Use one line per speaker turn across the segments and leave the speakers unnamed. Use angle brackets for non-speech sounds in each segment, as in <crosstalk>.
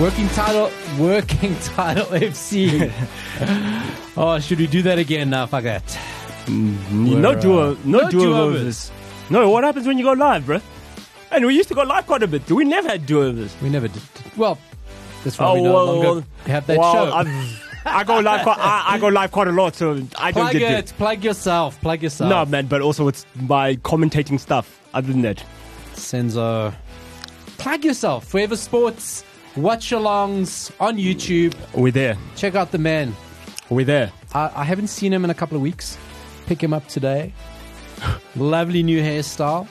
Working title, working <laughs> title
<laughs>
FC. oh, should we do that again? Nah, fuck that.
You
We're,
no duo,
uh,
no,
no
duo
duo-overs.
overs. No, what happens when you go live, bruh? And we used to go live quite a bit. We never had duo overs.
We never did. Well, that's why we no longer have that
Oh, well,
show.
I've- I go live quite. I, I go live quite a lot, so I don't
plug
get
it.
it.
Plug yourself. Plug yourself.
No, man, but also it's my commentating stuff. Other than that,
Senzo. Plug yourself. Forever Sports. Watch alongs on YouTube.
we're there.
Check out the man.
We're there.
I, I haven't seen him in a couple of weeks. Pick him up
<laughs>
today. Lovely new hairstyle.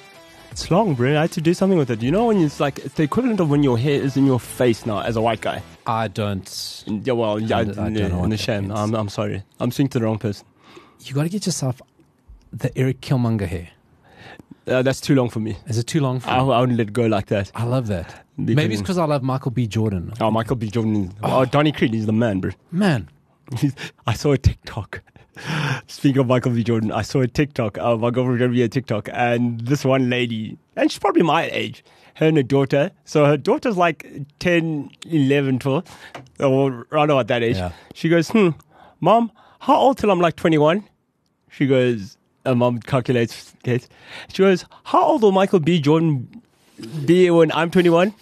It's long, bro. I had to do something with it. You know when it's like it's the equivalent of when your hair is in your face now as a white guy.
I don't.
Yeah, well, yeah,
I
I,
don't- I don't know
yeah,
what
in a
that
shame.
means.
I'm, I'm sorry. I'm speaking to the wrong person.
You got to get yourself the Eric Killmonger hair.
Uh, that's too long for me.
Is it too long for
I,
you?
I wouldn't let go like that.
I love that.
Because-
Maybe it's because I love Michael B. Jordan.
Oh, Michael B. Jordan. Is, oh, Donnie Creed is the man, bro.
Man,
He's- I saw a TikTok. <laughs> Speaking of Michael B. Jordan, I saw a TikTok. Uh, my girlfriend gave me a TikTok, and this one lady, and she's probably my age, her and her daughter. So her daughter's like 10, 11, 12, or around about that age.
Yeah.
She goes, hmm, Mom, how old till I'm like 21? She goes, and Mom calculates, guess. She goes, how old will Michael B. Jordan be when I'm 21?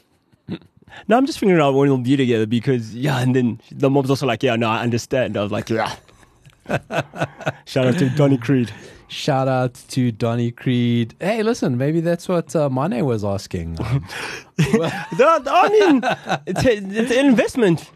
No, I'm just figuring out when we'll be together because yeah, and then the mom's also like, yeah, no, I understand. I was like, yeah. <laughs> Shout out to Donny Creed.
shout out to Donnie Creed. Hey, listen, maybe that's what uh, Mane was asking.
The, the- I mean, it's, a- it's an investment.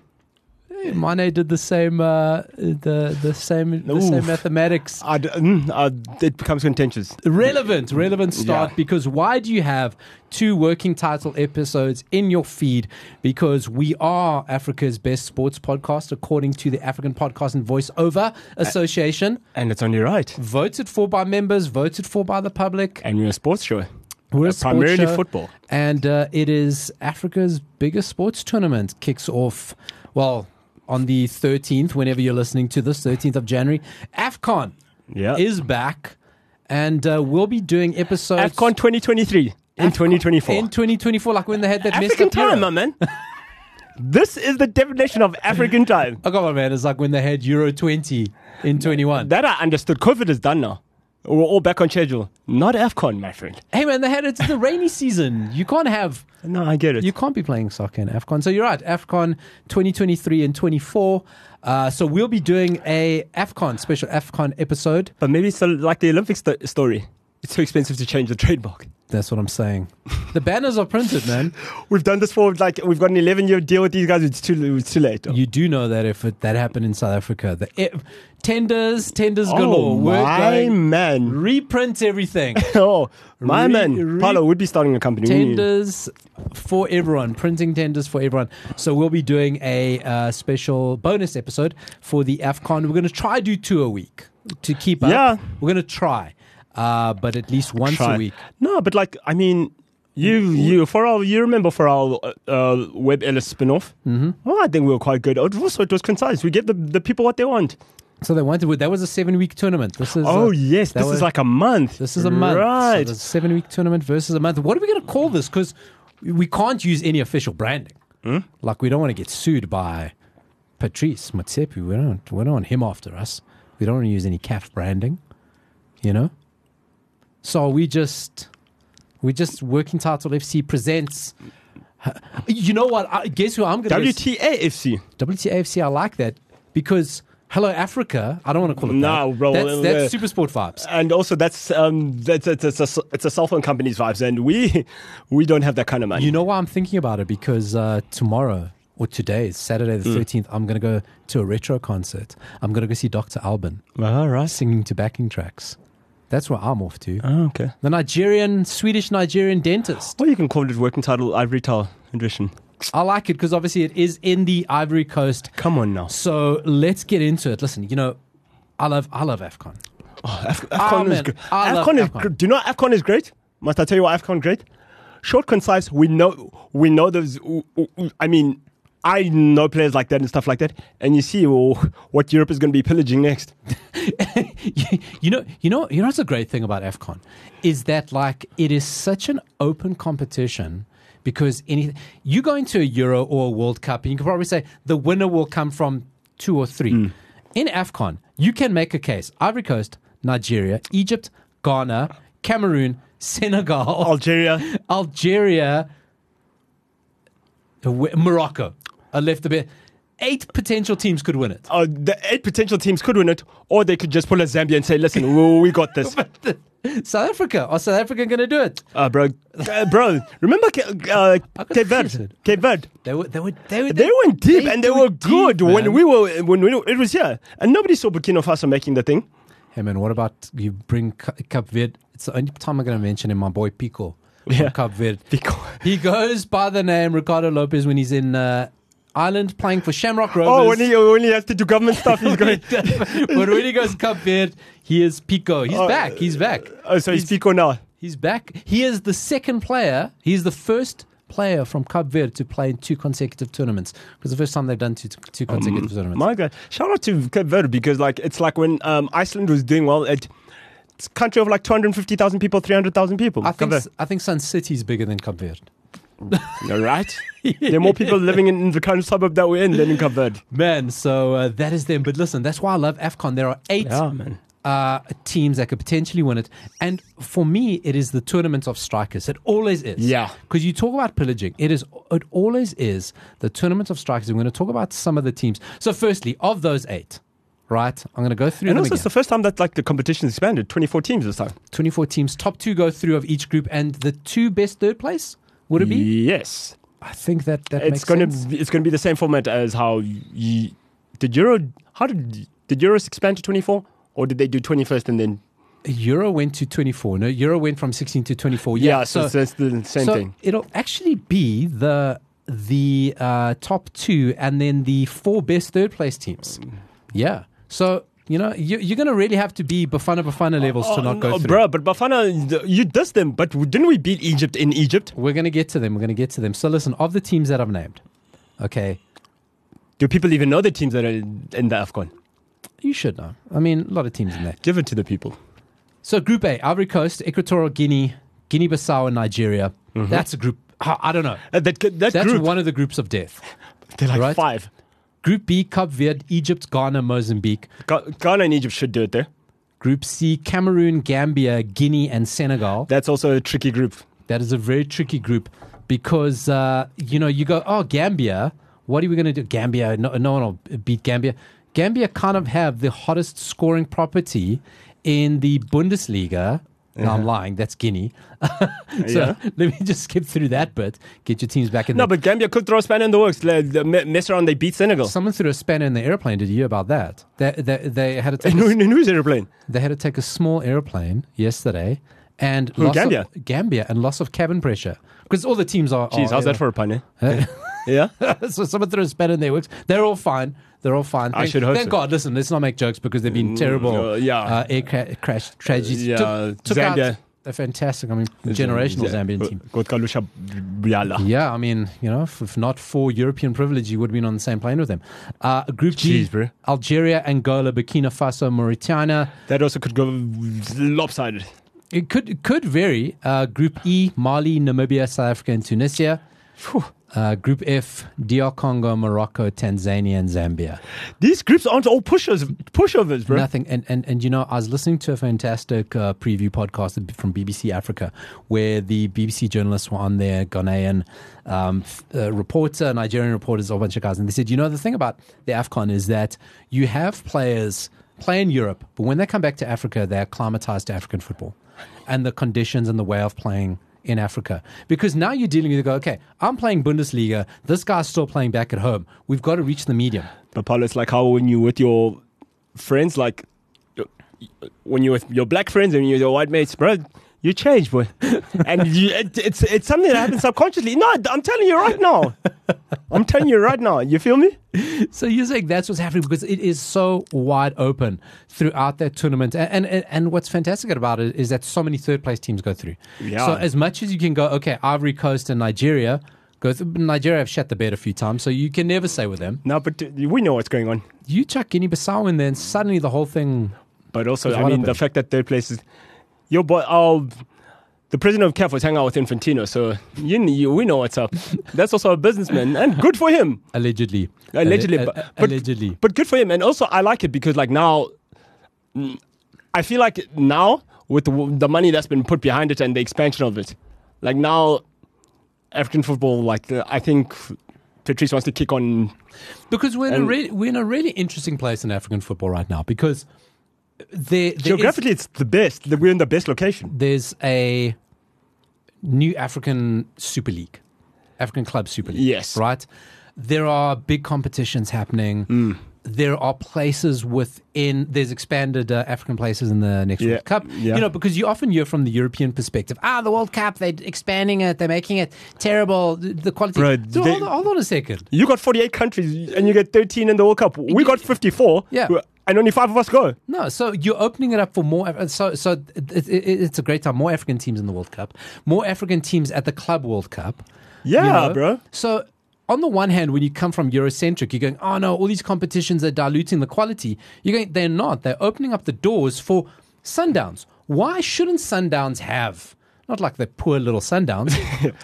Hey, Mane did the same, uh, the the same, the same
Oof.
mathematics.
I d- mm, I- it becomes contentious.
Relevant, relevant start
Yeah.
because why do you have two working title episodes in your feed? Because we are Africa's best sports podcast according to the African Podcast and Voiceover Association,
And it's only right.
voted for by members, voted for by the public.
And we're a sports show.
We're
Uh,
a sports
primarily
show,
football.
and uh, it is Africa's biggest sports tournament. Kicks off, well, on the thirteenth. Whenever you're listening to this, thirteenth of January, Afcon
Yeah.
is back, and uh, we'll be doing episodes
AFCON 2023 in 2024.
in 2024, like when they had that messed
African
up
time, my
Euro.
man. this is the definition of African time.
Oh come on, man! It's like when they had Euro 20 in 21.
That I understood. COVID is done now. We're all back on schedule. Not AFCON, my friend.
hey, man, they had it's the rainy season. You can't have
No, I get it.
You can't be playing soccer in AFCON. So you're right, AFCON 2023 and 24. Uh, so we'll be doing a AFCON, special AFCON episode.
But maybe it's like the Olympic sto- story. It's too expensive to change the trademark.
That's what I'm saying. <laughs> the banners are printed, man.
We've done this for like we've got an eleven-year deal with these guys. It's too it's too late.
You do know that if it, that happened in South Africa, the e- tenders, tenders galore.
oh
We're
my
going-
man! <laughs>
reprint everything.
Oh my
Re-
man!
re-
Paulo would be starting a company. We need-
tenders for everyone, printing tenders for everyone. So we'll be doing a uh, special bonus episode for the AFCON. We're going to try do two a week to keep up.
Yeah.
We're going to try, uh, but at least once
Try.
a week.
No, but like I mean, you you for our you remember for our uh, uh, Web Ellis spin-off? Mm-hmm. Oh, I think we were quite good. It was- Also, it was concise. We give the, the people what they want.
So they wanted that was a seven week tournament. This is
Oh
uh,
yes,
that
this
was-
is like a month.
this is a month.
right?
So seven week tournament versus a month. What are we going to call this? Because we can't use any official branding.
Hmm?
Like we don't want to get sued by Patrice Motsepe. We don't. We don't want him after us. We don't want to use any CAF branding. You know. So are we just we just working title FC presents. You know what? I guess who I'm going to
WTAFC.
WTAFC. I like that because Hello Africa. I don't want to call it.
No,
that.
bro,
That's,
uh,
that's super sport vibes.
and also that's um that's it's, it's a it's a cell phone company's vibes, and we we don't have that kind of money.
You know why I'm thinking about it? Because uh, tomorrow or today, it's Saturday the 13th, I'm going to go to a retro concert. I'm going to go see Dr. Alban
all right.
singing to backing tracks. That's where I'm off to.
Oh, okay.
The Nigerian, Swedish Nigerian dentist.
Well, you can call it working title Ivory Tower edition.
I like it because obviously it is in the Ivory Coast.
Come on now.
So let's get into it. Listen, you know, I love I love AFCON.
Oh, Af- Afcon is
man.
great.
I love
Afcon is
Afcon.
gr- Do you know Afcon is great? Must I tell you why Afcon great? Short, concise. We know we know those. w- w- I mean, I know players like that and stuff like that, and you see oh, what Europe is going to be pillaging next.
you, <laughs> you know, you know, you know. What's a great thing about Afcon is that like it is such an open competition because any you go into a Euro or a World Cup and you can probably say the winner will come from two or three. In Afcon, you can make a case: Ivory Coast, Nigeria, Egypt, Ghana, Cameroon, Senegal,
Algeria.
Algeria, Wh- Morocco. I left a bit. Eight potential teams could win
<laughs>
it.
Uh, the eight potential teams could win it, or they could just pull a Zambia and say, "Listen, we- we got this."
South Africa. Are South Africa going to do it?
Uh, bro, uh, bro, remember Ca- uh,
got
Cape
fused.
Verde? Cape Verde.
They were. They were. They were.
They went deep and they
do
were
deep,
good
man.
when we were when we, it was here, and nobody saw Burkina Faso making the thing.
Hey man, what about you? Bring Ca- Cape Verde. It's the only time I'm going to mention him. My boy Pico from
Yeah.
Cape Verde.
Because,
He goes by the name Ricardo Lopez when he's in uh, Ireland playing for Shamrock Rovers. <laughs>
oh, when he when he has to do government stuff, he's <laughs> going.
but when he goes Cape Verde, he is Pico. He's
Oh,
back. He's back.
Oh, so he's Pico now.
He's back. He is the second player. He's the first player from Cape Verde to play in two consecutive tournaments. Because the first time they've done two, two
Mm.
consecutive tournaments.
My God, shout out to Cape Verde because like it's like when um, Iceland was doing well. It, it's a country of like two hundred fifty thousand people, three hundred thousand people.
I think
Cape
I think Sun City's bigger than Cape Verde.
Verde. All <laughs> right, there are more people living in, in the kind of suburb that we're in than in Cape Verde.
Man, so uh, that is them. But listen, that's why I love AFCON. There are eight
Yeah, man.
uh, teams that could potentially win it. And for me, it is the tournament of strikers. It always is.
Yeah.
Because you talk about pillaging, it is it always is the tournament of strikers. We're going to talk about some of the teams. So, firstly, of those eight, right? I'm going to go through
And
them
also,
again.
it's the first time that like the competition expanded. Twenty-four teams this time.
24 teams. Top two go through of each group, and the two best third place would it be?
Yes,
I think that that
it's
makes
gonna
sense.
be, it's gonna be the same format as how you, did Euro. How did did Euros expand to twenty-four, or did they do twenty-first and then?
Euro went to 24. No, Euro went from 16 to 24. Yeah,
Yeah, so, so it's the same
so
thing.
It'll actually be the the uh, top two and then the four best third place teams. Yeah. So you know you, you're going to really have to be Bafana Bafana levels to not go through.
Oh, Bruh, but Bafana, you dissed them, but didn't we beat Egypt in Egypt?
We're going to get to them. We're going to get to them. So listen, of the teams that I've named, okay,
Do people even know the teams that are in the Afghan?
you should know. I mean, a lot of teams in there.
Give it to the people.
So Group A: Ivory Coast, Equatorial Guinea, Guinea-Bissau, and Nigeria.
Mm-hmm.
That's a group. I, I don't know.
Uh, that that
That's
group,
one of the groups of death.
they're like
right?
five.
Group B: Cape Verde, Egypt, Ghana, Mozambique.
Ga- Ghana and Egypt should do it there.
Group C, Cameroon, Gambia, Guinea, and Senegal.
That's also a tricky group.
That is a very tricky group because, uh, you know, you go, oh, Gambia, what are we going to do? Gambia, no, no one will beat Gambia. Gambia kind of have the hottest scoring property in the Bundesliga. No, I'm lying. That's Guinea. <laughs> so
Uh-huh. Yeah.
<laughs> let me just skip through that bit. Get your teams back in
No,
there.
but Gambia could throw a spanner in the works. Like, they me- mess around, they beat Senegal.
Someone threw a spanner in the airplane. Did you hear about that? They, they, they had to
<laughs>
take
In,
a
who- in whose airplane?
they had to take a small airplane yesterday and
Who,
loss
Gambia?
Of, Gambia and loss of cabin pressure because all the teams are.
Jeez,
are,
how's
you
that for a pun, eh?
know.
Yeah?
so someone threw a spanner in their works. They're all fine. They're all fine.
I
Thank,
should hope
Thank
so.
God. Listen, let's not make jokes because they've been terrible.
uh, yeah.
uh, air cra- crash tragedies.
yeah,
took, took
Zambia.
out a fantastic. I mean, <laughs> generational Zambian team.
Got Kalusha Biala.
Yeah, I mean, you know, if, if not for European privilege, you would have been on the same plane with them. Uh, group G:
Jeez, bro.
Algeria, Angola, Burkina Faso, Mauritania.
That also could go lopsided.
It could it could vary. Uh, group E: Mali, Namibia, South Africa, and Tunisia. Uh, group F: DR Congo, Morocco, Tanzania, and Zambia.
These groups aren't all pushers, pushovers, bro.
Nothing. And, and and you know, I was listening to a fantastic uh, preview podcast from BBC Africa, where the BBC journalists were on there, Ghanaian um, f- uh, reporter, Nigerian reporters, a whole bunch of guys, and they said, you know, the thing about the Afcon is that you have players play in Europe, but when they come back to Africa, they're acclimatized to African football, and the conditions and the way of playing. In Africa, because now you're dealing with you go, okay, I'm playing Bundesliga. This guy's still playing back at home. We've got to reach the medium.
But Paulo, it's like how when you with your friends, like your- when you're with your black friends and you're your white mates, bro, you
<laughs>
change, boy. and you, it, it's it's something that happens subconsciously. No, I'm telling you right now. I'm telling you right now. You feel me?
So you're saying that's what's happening because it is so wide open throughout that tournament, and and, and what's fantastic about it is that so many third place teams go through.
Yeah.
So as much as you can go, okay, Ivory Coast and Nigeria go through. Nigeria have shut the bed a few times, so you can never say with them.
No, but uh, we know what's going on.
You chuck Guinea Bissau in there, and suddenly the whole thing
But also,
Because
I
what
mean, the
happened?
fact that third place is your boy. Oh, the president of CAF was hanging out with Infantino, so you, you we know what's up. That's also a businessman, and good for him.
Allegedly.
Allegedly,
Alle-
but-
a- a-
but-
allegedly.
But good for him. And also, I like it because like now, mm, I feel like now with the, w- the money that's been put behind it and the expansion of it, like now, African football, like uh, I think Patrice wants to kick on.
Because we're in, a
And-
re- we're in a really interesting place in African football right now because there, there is-
Geographically, it's the best. We're in the best location.
there's a new African Super League, African Club Super League.
Yes.
Right? There are big competitions happening.
Mm.
There are places within, there's expanded uh, African places in the next
Yeah,
World Cup.
yeah.
You know, because you often hear from the European perspective, ah, the World Cup, they're expanding it, they're making it terrible, the the quality.
Bro,
Dude,
they-
hold, on, hold on a second.
You got 48 countries and you get 13 in the World Cup. We got 54.
Yeah.
And only five of us go.
No, so you're opening it up for more. Af- So, so it, it, it- it's a great time. More African teams in the World Cup, more African teams at the Club World Cup.
Yeah,
know?
bro.
So on the one hand, when you come from Eurocentric, you're going, oh no, all these competitions are diluting the quality. You're going, they're not. They're opening up the doors for sundowns. Why shouldn't sundowns have? Not like the poor little
<laughs>
sundowns,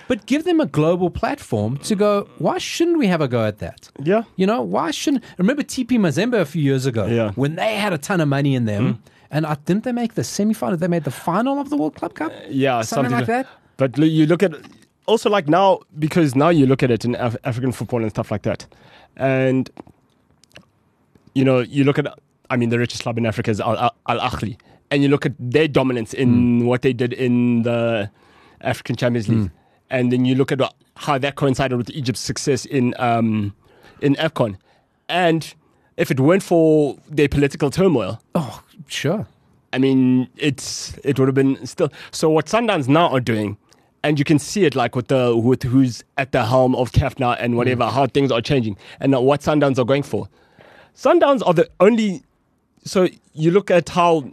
but give them a global platform to go. Why shouldn't we have a go at that?
Yeah.
You know, why shouldn't? Remember TP Mazembe a few years ago
Yeah. Hmm.
when they had a ton of money in them, and I, didn't they make the semifinal? They made the final of the World Club Cup.
Uh, Yeah,
something, like that.
But l- you look at also like now because now you look at it in Af- African football and stuff like that, and you know you look at I mean the richest club in Africa is Al Al Ahly, and you look at their dominance in what they did in the African Champions League, and then you look at what- how that coincided with Egypt's success in um, in Afcon, and if it weren't for their political turmoil,
Oh, sure.
I mean, it's it would have been still. So what Sundowns now are doing, and you can see it like with the with who's at the helm of CAF now and whatever
Mm.
how things are changing and now what Sundowns are going for. Sundowns are the only. So you look at how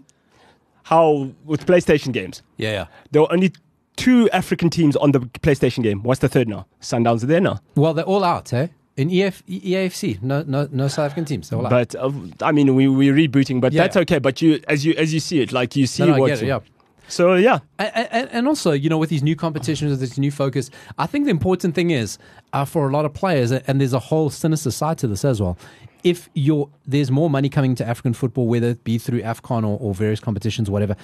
how with PlayStation games
Yeah, yeah.
there were only two African teams on the PlayStation game. What's the third now? Sundowns are there now.
Well, they're all out, eh? In EF, EAFC, no, no, no South African teams. They're all out.
But uh, I mean, we we're rebooting, but
Yeah,
that's
yeah.
okay. But you as you as you see it, like you see
No, no, I
what.
get it, yeah.
So yeah,
And, and, and also, you know, with these new competitions, with this new focus, I think the important thing is uh, for a lot of players, and there's a whole sinister side to this as well. If you're, there's more money coming to African football, whether it be through AFCON or, or various competitions, whatever,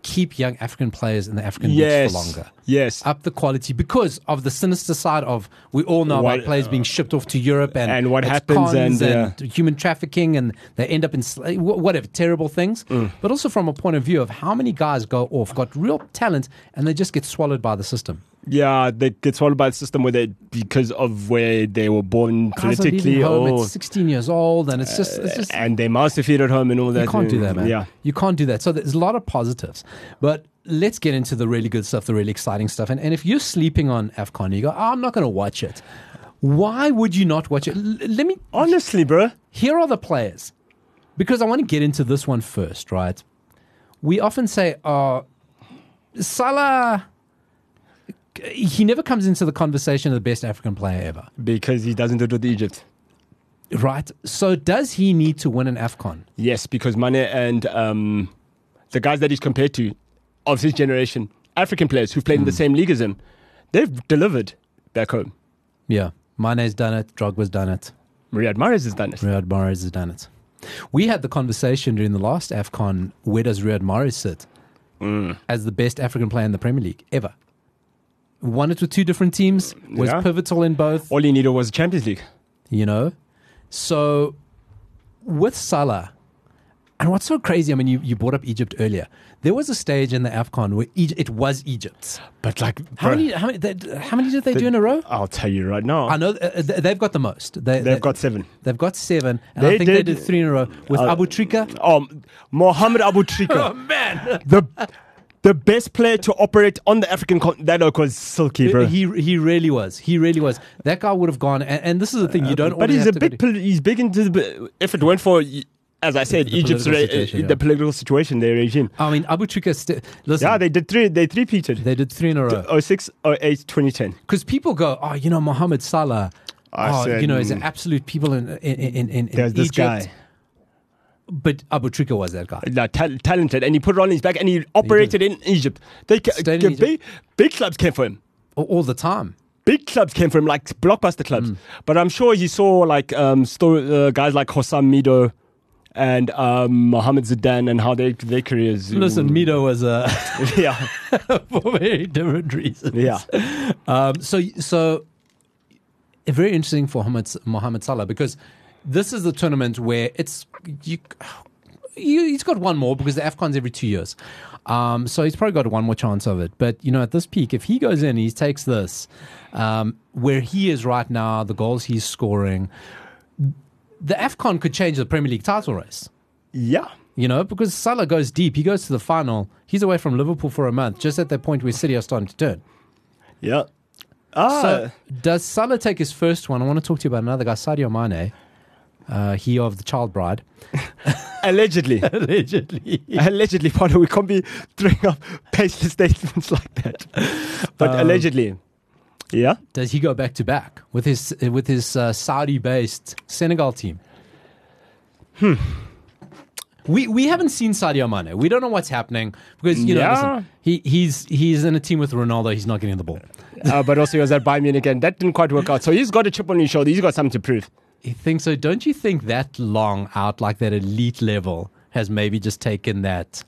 keep young African players in the African
yes,
leagues for longer.
yes.
Up the quality because of the sinister side of we all know
What- uh,
about players being shipped off to Europe and,
And what
it's
happens
cons
and,
human trafficking and they end up in sla- wh- whatever terrible things.
Mm.
But also from a point of view of how many guys go off, got real talent, and they just get swallowed by the system.
Yeah, they get swallowed by the system where they because of where they were born
Guys are leaving
politically oh.
home
or
at 16 years old, and it's just it's just
and they must feed at home and all that. Mm,
You can't do that, man.
Yeah.
You can't do that. So there's a lot of positives. But let's get into the really good stuff, the really exciting stuff. And, and if you're sleeping on AFCON, you go, "Oh, I'm not going to watch it. Why would you not watch it? L- let me,
Honestly, bro.
here are the players. Because I want to get into this one first, right? We often say, oh, Salah, he never comes into the conversation of the best African player ever,
Because he doesn't do it with Egypt.
right? So does he need to win an AFCON?
Yes, because Mane and um, the guys that he's compared to of his generation, African players who've played in the same league as him, they've delivered back home.
Yeah. Mane's done it, Drogba's done it.
Riyad Mahrez has done it.
Riyad Mahrez has done it. We had the conversation during the last AFCON where does Riyad Mahrez sit
Mm.
as the best African player in the Premier League ever? Won it with two different teams, was
Yeah.
pivotal in both,
All he needed was the Champions League.
you know? So with Salah, and what's so crazy, I mean, you, you brought up Egypt earlier. There was a stage in the AFCON where Egypt, it was Egypt.
But like,
How
bro,
many, how, many, they, how many did they do in a row?
I'll tell you right now,
I know uh, th- they've got the most. They,
they've got seven.
They've got seven, and I
They
think they
did-
did three in a row with
Uh,
Abu Trika.
Um, Mohamed Abu Trika.
man,
the the best player to operate on the African continent was Silky, bro.
he he really was. He really was. That guy would have gone. And, and this is the thing you don't.
Uh, but
always
he's a
have to
big
go
poli- he's big into the, if it went for as I said
The
Egypt's
political
re-
situation,
uh,
yeah.
the political situation their regime.
to- I mean, Abu Trika. St- listen,
Yeah,
they,
they did three they oh three peated.
did three in a row
06, 08, 2010.
because people go, oh, you know, Mohamed Salah.
I
oh,
said,
you know, he's
mm.
an absolute people in in in, in, in
There's this
Egypt.
guy.
but Abu Trika was that guy.
No, ta- talented, and he put it on his back, and he operated in Egypt. They ca-
Stayed in
ca-
Egypt.
Big, big clubs came for him.
All- All the time.
Big clubs came for him, like blockbuster
Mm.
clubs. But I'm sure he saw like um, sto- uh, guys like Hossam Mido and um, Mohamed Zidane and how they, their careers.
<laughs> Listen, Mido was a
<laughs> yeah,
for very different reasons.
yeah.
Um, so so eh, very interesting for Mohamed, Mohamed Salah because this is the tournament where it's you. You, he's got one more because the Afcon's every two years, um, so he's probably got one more chance of it. But you know, at this peak, if he goes in, he takes this um, where he is right now, the goals he's scoring. The Afcon could change the Premier League title race.
Yeah.
You know, because Salah goes deep, he goes to the final. He's away from Liverpool for a month, just at that point where City are starting to turn.
Yeah. Ah,
So, does Salah take his first one? I want to talk to you about another guy, Sadio Mane. Uh, he of the child bride, <laughs>
allegedly.
allegedly.
<laughs> allegedly, Potter, we can't be throwing up baseless statements like that. But
Um,
allegedly. Yeah.
Does he go back to back with his with his uh, Saudi-based Senegal team? Hmm. We we haven't seen Sadio Mane. We don't know what's happening because you know
Yeah.
listen, he he's he's in a team with Ronaldo. He's not getting the ball.
Uh, but also he was at Bayern Munich and that didn't quite work out. So he's got a chip on his shoulder. He's got something to prove.
You think so? Don't you think that long out like that elite level has maybe just taken that?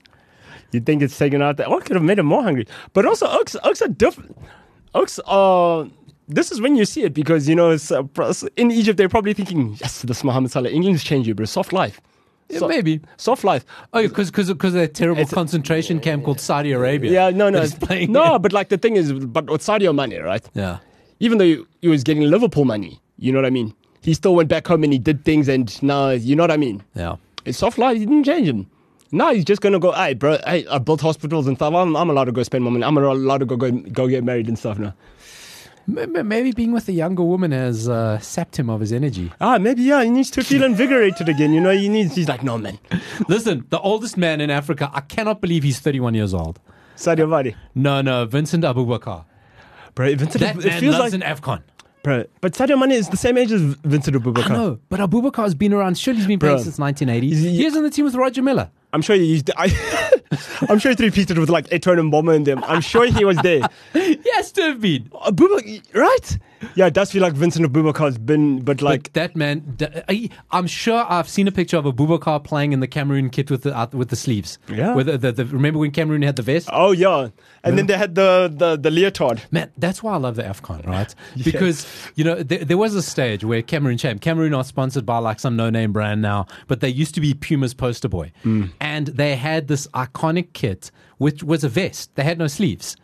You think it's taken out there? Oh, could have made him more hungry. But also, Oaks, Oaks are different. Oaks are. This is when you see it because, you know, it's, uh, pro- in Egypt, they're probably thinking, yes, this Mohamed Salah, England's changed you, bro. Soft life. So-
maybe.
Soft life.
Oh, because because because that terrible concentration camp called Saudi Arabia.
Yeah, no, no.
that is playing
No, but like the thing is, but with Sadio Mane, right?
<laughs> Yeah.
even though he, he was getting Liverpool money, you know what I mean? He still went back home and he did things, and now you know what I mean.
Yeah.
It's soft life. He didn't change him. Now he's just gonna go. Hey, bro. Hey, I built hospitals and stuff. I'm, I'm allowed to go spend my money. I'm allowed to go go, go get married and stuff now.
Maybe being with a younger woman has uh, sapped him of his energy.
Ah, maybe yeah. He needs to feel invigorated again. You know, he needs. He's like, no, man.
<laughs> Listen, the oldest man in Africa, I cannot believe he's 31 years old.
Sadio Mane.
No, no, Vincent Abubakar.
Bro, Vincent.
That
it
man
feels
loves
like.
an AFCON.
bro, but Sadio Mane is the same age as Vincent
I
Abubakar.
know, but Abubakar has been around. Surely he's been playing
Bro.
since 1980.
Is he-
He was on the team with Roger <laughs> Miller.
I'm sure he's. I, <laughs> I'm sure he three-peated with like Eton and Bomber and them. I'm sure he
<laughs>
was there.
Yes, to have been.
Abubakar, right? Yeah, it does feel like Vincent Abubakar has been, but like,
But that man, th- I- I'm sure I've seen a picture of Abubakar playing in the Cameroon kit with the uh, with the sleeves.
Yeah.
With the, the, the, remember when Cameroon had the vest?
oh yeah. And then they had the, the the leotard.
Man, that's why I love the AFCON,
<laughs>
right? Because, you know, there, there was a stage where Cameroon Champ, Cameroon are sponsored by like some no name brand now, but they used to be Puma's poster boy.
Mm.
And they had this iconic kit, which was a vest. They had no sleeves.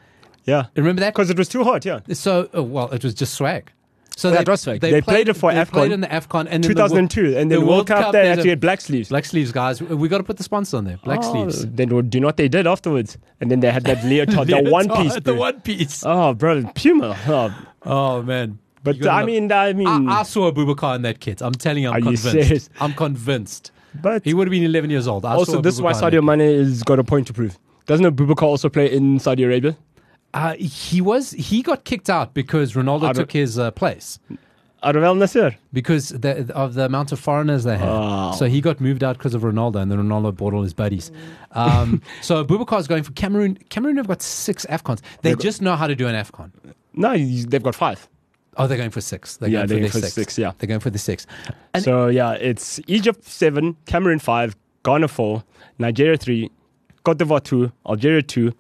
Yeah,
Remember
<laughs>
that?
because it was too hot. Yeah,
So, oh, well, it was just swag. So
That was swag. They played it for
they played
AFCON.
in the AFCON and then the Wo-
2002, and then
the
World, Cup, they
there's
had
a-
to get black sleeves. Oh,
Black sleeves, guys. We got to put the sponsor on there. Black sleeves.
Then do you know what they did afterwards? And then they had that
<laughs>
leotard, the one
Leotard,
piece.
The
bro.
one piece.
Oh, bro, Puma. Oh,
Oh, man. You
but
gotta Ah,
I
love-
mean, I mean,
I, I saw Abubakar in that kit. I'm telling you, I'm
Hmm. Are you
convinced.
serious?
I'm convinced.
but
He would have been 11 years old. I
also
saw
this is why
Abubakar in
Sadio Mane has got a point to prove. Doesn't Abubakar also play in Saudi Arabia?
that. Uh, he was. He got kicked out because Ronaldo
don't-
took his uh, place
Out of Al Nasser.
because the, of the amount of foreigners they had.
Wow.
So he got moved out because of Ronaldo, and then Ronaldo bought all his buddies.
<laughs>
Um, so Abubakar is going for Cameroon. Cameroon have got six Afcons. They just know how to do an Afcon.
No, he's- they've got five.
Oh, they're going for six. They're
Yeah,
going for
they're
their
going for
six.
six, yeah.
they're going for the six. And
So yeah, it's Egypt seven, Cameroon five, Ghana four, Nigeria three, Cote d'Ivoire two, Algeria two,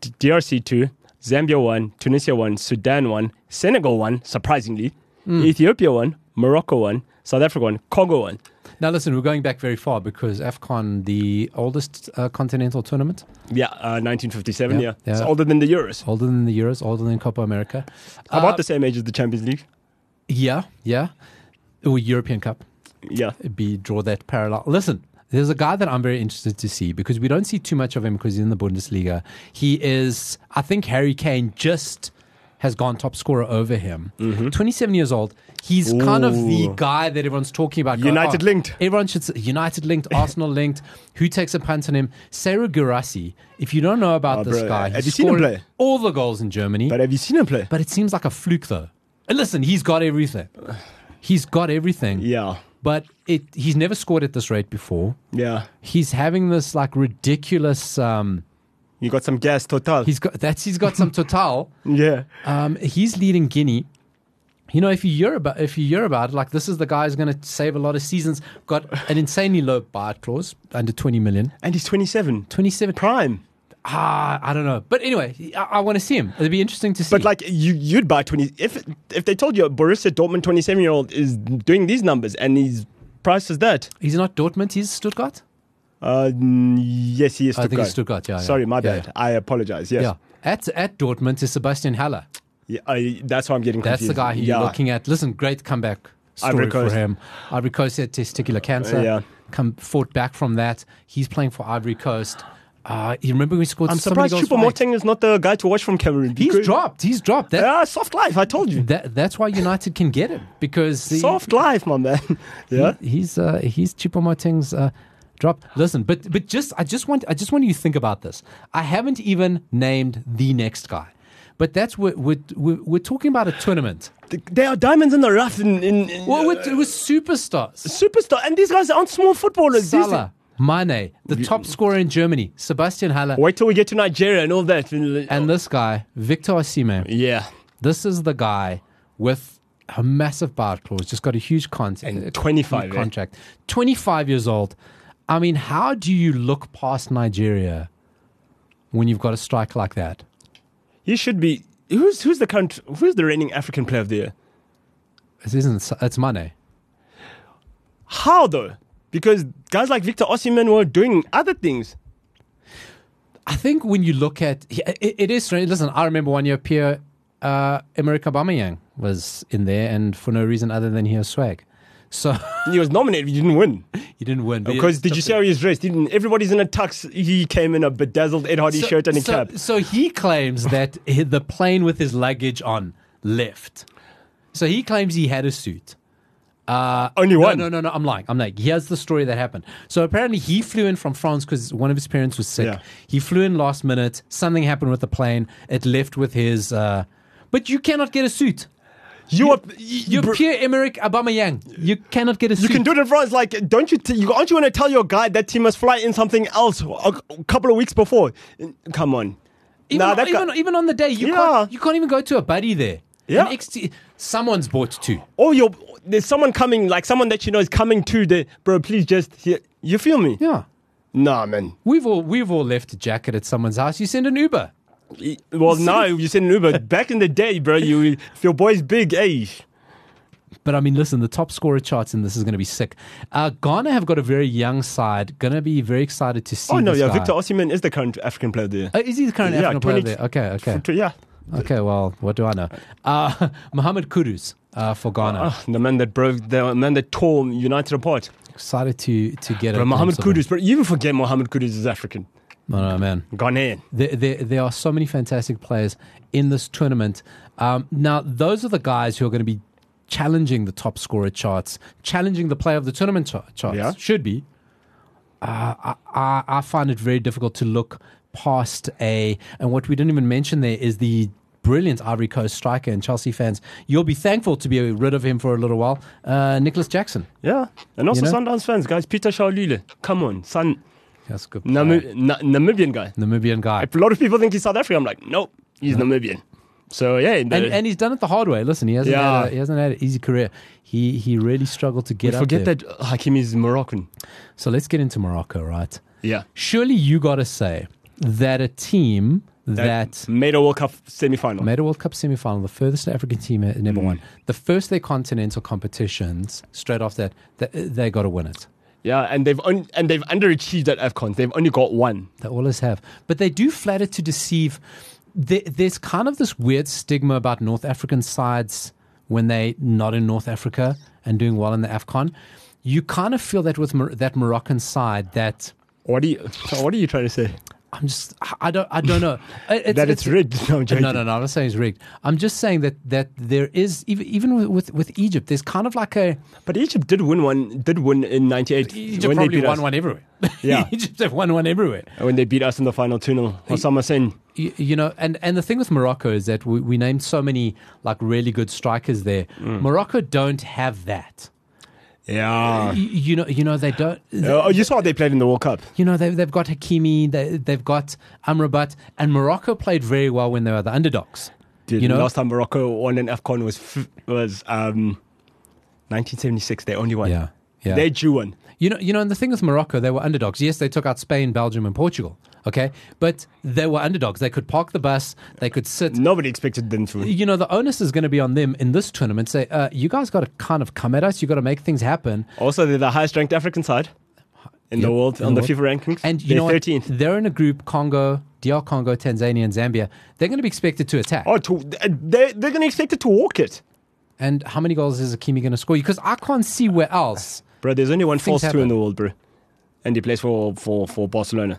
D- DRC two, Zambia one, Tunisia one, Sudan one, Senegal one, surprisingly,
Hmm.
Ethiopia one, Morocco one, South Africa one, Congo one.
now, listen, we're going back very far because Afcon, the oldest uh, continental tournament.
Yeah, uh, 1957.
Yeah, Uh,
Yeah, it's
yeah.
older than the Euros.
older than the Euros, older than Copa America. Uh,
About the same age as the Champions League.
Yeah, yeah. Or European Cup.
Yeah,
Be draw that parallel. Listen, there's a guy that I'm very interested to see because we don't see too much of him because he's in the Bundesliga. He is, I think, Harry Kane just has gone top scorer over him. 27 years old. He's kind of the
Mm-hmm. Ooh.
guy that everyone's talking about. oh,
United linked.
Everyone should say United
<laughs>
linked, Arsenal linked. Who takes a punt on him? Seru Girassi. If you don't know about
Oh,
this
bro,
guy,
have
he's
you seen him
scored
play?
all the goals in Germany.
but have you seen him play?
But it seems like a fluke, though. And listen, he's got everything. He's got everything.
Yeah,
But it he's never scored at this rate before.
Yeah.
He's having this like ridiculous. Um,
You got some gas, total.
he's got that's he's
<laughs>
got some total.
yeah.
Um, he's leading Guinea. You know, if you hear about if you hear about it, like this is the guy who's going to save a lot of seasons. Got an insanely low buyout clause under twenty million.
And he's 27.
Twenty seven.
Prime.
Ah, I don't know. But anyway, I, I want to see him. It'd be interesting to see.
But like you, you'd buy 20 if if they told you Borussia Dortmund 27 year old is doing these numbers and he's priced as that.
he's not Dortmund. He's Stuttgart.
Uh, mm, yes, he is.
I think
Stuttgart.
it's Stuttgart. Yeah. yeah.
Sorry, my
Yeah,
bad. I apologize. Yes.
Yeah. yeah. At at Dortmund is Sebastian Haller.
Yeah, I, that's why I'm getting
That's
confused.
the guy who
yeah.
you're looking at. Listen, great comeback story
Ivory
for
Coast.
him. Ivory Coast had testicular cancer.
yeah.
Come fought back from that. He's playing for Ivory Coast. Uh, you remember we scored
I'm
so many
surprised
goals
Chupa
for Ajax?
Moting is not the guy to watch from Cameroon.
He's
because-
dropped. He's dropped. That,
Yeah, soft life. I
<laughs>
told you.
that that's why United can get him because he-
Soft life, my man. <laughs> yeah.
he's uh, he's Chupomoteng's uh, drop. Listen, but but just I just want I just want you to think about this. I haven't even named the next guy, but that's what we're, we're, we're talking about a tournament.
Th- There are diamonds in the rough in, in, in
Well, with, with superstars,
superstar, and these guys aren't small footballers. These-
Salah, Mane, the top scorer in Germany, Sebastian Haller,
Wait till we get to Nigeria and all
<laughs>
that. And
and this guy Victor Osimhen.
yeah,
This is the guy with a massive buyout clause, just got a huge contract.
And 25, eh?
contract. 25 years old. I mean, how do you look past Nigeria when you've got a strike like that?
he should be. Who's who's the current? Who's the reigning African player of the year?
This isn't, it's money.
How though? Because guys like Victor Osimhen were doing other things.
I think when you look at it, it is strange. Listen, I remember one year Pierre uh, Emerick Aubameyang was in there, and for no reason other than he has swag. So <laughs>
He was nominated. He didn't win
he didn't win but
because Oh, did you see how he was dressed? He didn't, everybody's in a tux. He came in a bedazzled Ed Hardy shirt and a
so,
cap.
so he claims that he- the plane with his luggage on left. So he claims he had a suit.
Only
uh, No,
one.
no, no, no. I'm lying. I'm lying. Here's the story that happened. So apparently he flew in from France because one of his parents was sick.
Yeah.
He flew in last minute. Something happened with the plane. It left with his. Uh, but you cannot get a suit.
You are.
You're
You,
Pierre Emerick Aubameyang. You cannot get a
you
suit.
can do it in France. Like, don't you? T- you aren't you going to tell your guy that he must fly in something else a, a couple of weeks before? Come on.
even,
Nah, that guy-
even, even on the day you
Yeah.
can't. You can't even go to a buddy there.
Yeah.
An ex- someone's bought two.
or your there's someone coming, like someone that you know is coming to the bro. Please just hear, you feel me?
Yeah.
Nah, man.
We've all we've all left a jacket at someone's house. You send an Uber.
E- Well, now you said an Uber. Back in the day, bro, you if your boy's big,
<laughs>
hey,
But I mean, listen, the top scorer charts in this is going to be sick. Uh, Ghana have got a very young side. Going to be very excited to see.
oh no,
this
yeah,
guy.
Victor Osimhen is the current African player there.
Oh, is he the current
Yeah,
African player
20
there? Okay, okay,
To- yeah,
okay. Well, what do I know? Uh, <laughs> Mohamed Kudus uh, for Ghana.
Ah, the man that broke, the man that tore United apart.
excited to to get
Bro,
it.
Mohamed Kudus, bro, you even forget Mohamed Kudus is African,
No, no, man.
Ghanaian.
There, there, there are so many fantastic players in this tournament. Um, now, those are the guys who are going to be challenging the top scorer charts, challenging the player of the tournament char- charts.
Yeah.
Should be. Uh, I, I, I find it very difficult to look past a. And what we didn't even mention there is the brilliant Ivory Coast striker and Chelsea fans. You'll be thankful to be rid of him for a little while. Uh, Nicholas Jackson.
Yeah, and also
You know?
Sundowns fans, guys. Peter Shaolile, come on, son,
That's a good. player.
Namu- Na- Namibian guy.
Namibian guy.
If a lot of people think he's South African, I'm like, nope, he's Namibian. So yeah, the,
and, and he's done it the hard way. Listen, he hasn't
Yeah.
had a, he hasn't had an easy career. He he really struggled to get up
forget
there.
that Hakim is Moroccan.
So let's get into Morocco, right?
Yeah,
Surely you got to say that a team that,
made a World Cup semi-final.
made a World Cup semifinal, the furthest African team had never
Mm.
won, the first their continental competitions straight off that, that they got to win it.
Yeah, and they've on, and they've underachieved at Afcon. They've only got one.
They always have. But they do flatter to deceive. There, there's kind of this weird stigma about North African sides when they not in North Africa and doing well in the AFCON. You kind of feel that with Mor- that Moroccan side that
What are you? so What are you trying to say?
I'm just I don't I don't
<laughs>
know It-
that it's, rigged? <laughs> No, I'm joking.
No, no, no. I'm not saying it's rigged. I'm just saying that that there is even even with with, with Egypt, there's kind of like a
But Egypt did win one. Did win in '98
Egypt
when they
probably
beat
won
us.
one everywhere.
Yeah.
<laughs> Egypt have won one everywhere.
When they beat us in the final two 0 Osama Sen.
you, you know, and, and the thing with Morocco is that we, we
Mm.
named so many like really good strikers there. Morocco don't have that.
Yeah. Ah.
You, you know, you know they don't.
Oh, you saw how they played in the World Cup.
You know they, they've got Hakimi, they, they've got Amrabat, and Morocco played very well when they were the underdogs.
Dude,
you know,
last time Morocco won an AFCON was f- was um, 1976. They only won.
yeah, yeah.
They drew one.
You know, you know, and the thing with Morocco, they were underdogs. Yes, they took out Spain, Belgium, and Portugal. Okay, but they were underdogs. They could park the bus. They could sit.
Nobody expected them to win.
You know, the onus is going to be on them in this tournament. Say, uh, you guys got to kind of come at us. You got to make things happen.
Also, they're the highest ranked African side in
Yeah,
the world
in
on
the
the,
world.
FIFA rankings.
And you
they're
know, what?
13th.
they're in a group: Congo, DR Congo, Tanzania, and Zambia. They're going to be expected to attack.
Oh, to, they, they're going to expect it to walk it.
And how many goals is Akimi going to score? Because I can't see where else.
Bro, there's only one
Things
false two
happen.
in the world, bro. And he plays for, for, for Barcelona.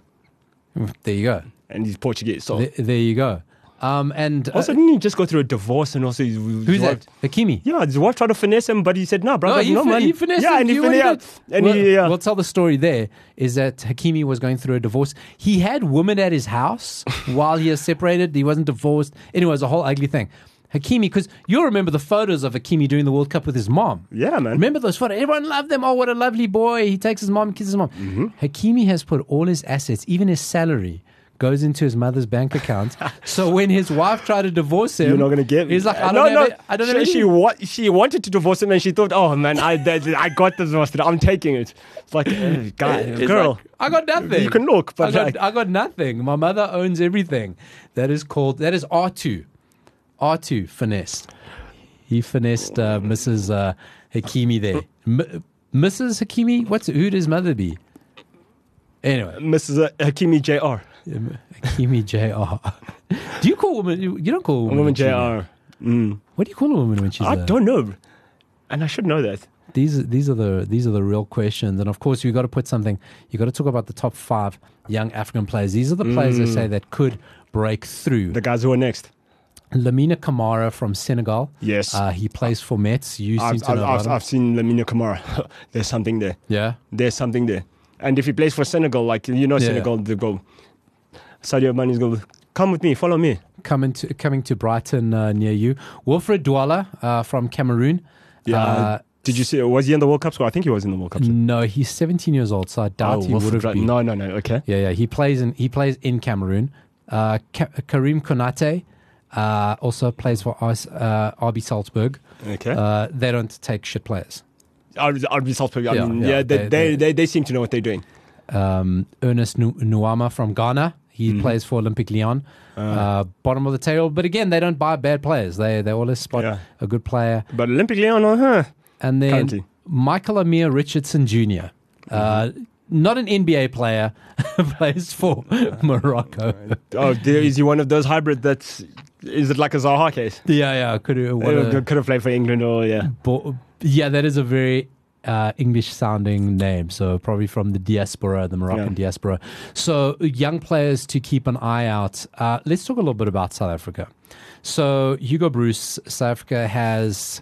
There you go.
And he's Portuguese. So.
There, there you go. Um, and uh,
also, didn't he just go through a divorce and also he's.
who's that? Hakimi.
Yeah, his wife tried to finesse him, but he said, nah, brother,
he,
no
fin-
money.
he finessed
yeah,
him.
and
Do
he
you want
finessed.
to-
And
well,
he, uh, yeah.
We'll tell the story there is that Hakimi was going through a divorce. He had women at his house
<laughs>
while he was separated. He wasn't divorced. Anyway, it was a whole ugly thing. Hakimi, because you'll remember the photos of Hakimi during the World Cup with his mom.
Yeah, man.
Remember those photos? Everyone loved them. Oh, what a lovely boy. He takes his mom, kisses his mom.
Mm-hmm.
Hakimi has put all his assets, even his salary, goes into his mother's bank
<laughs>
account. so when his wife tried to divorce him,
You're not gonna get me.
He's like, I
Uh,
don't know. I don't
she,
know.
She, wa- she wanted to divorce him, and she thought, "Oh man, I that, I got this divorced. I'm taking it."
<laughs>
It's like, eh, guy,
It's
girl,
like, I got nothing.
You can look, but
I got,
like-
I got nothing. My mother owns everything. That is called that is R two, R two finesse. He finessed uh, Mrs. Uh, Hakimi there. M- Mrs. Hakimi, what's who does mother be? Anyway,
Mrs. uh, Hakimi Jr.
um, Hakimi Jr. do you call women? You you don't call a woman,
Woman
Jr.
Jr. Mm.
What do you call a woman when she's?
I
a-
don't know, and I should know that.
These are- these are the these are the real questions, and of course you got to put something. You got to talk about the top five young African players. These are the players they say that could break through.
Mm. The guys who are next.
Lamina Kamara from Senegal.
Yes.
uh, he plays for Mets. You seem
I've,
to
I've,
know about
I've,
him.
I've seen Lamina Kamara. <laughs> There's something there.
yeah,
There's something there. And if he plays for Senegal, like you know,
Yeah.
Senegal, they go. Sadio Mane's go. Come with me. Follow me.
coming to coming to Brighton uh, near you. Wilfred Dwala uh, from Cameroon.
Yeah.
Uh,
Did you see? Was he in the World Cup squad? I Oh, think he was in the World Cup. squad.
no, he's 17 years old, so I doubt he would have
Wolfenbüttel.
been.
No, no, no. Okay.
Yeah, yeah. He plays in he plays in Cameroon. Uh, Ka- Karim Konate uh, also plays for us, uh, RB Salzburg.
Okay.
Uh, they don't take shit players.
I'd, I'd be Salzburg. I
Yeah,
mean,
yeah,
yeah, they,
they-
they,
they-
they, they seem to know what they're doing.
Um, Ernest Nu- Nuama from Ghana. He
Mm-hmm.
plays for Olympic Lyon. Uh, bottom of the table, but again, they don't buy bad players. They they always spot
Yeah.
a good player.
But Olympic Leon, uh, huh?
And then
Currently. Mm-hmm.
Michael Amir Richardson Jr. Uh, not an NBA player, <laughs> plays for Morocco.
Oh, there, is he one of those hybrid that's. Is it like a Zaha case?
<laughs> Yeah, yeah. Could what a-
Could have played for England or, yeah.
Bo- yeah, that is a very uh, English sounding name. So, probably from the diaspora, the Moroccan
Yeah.
diaspora. So, young players to keep an eye out. Uh, let's talk a little bit about South Africa. So, Hugo Bruce, South Africa has.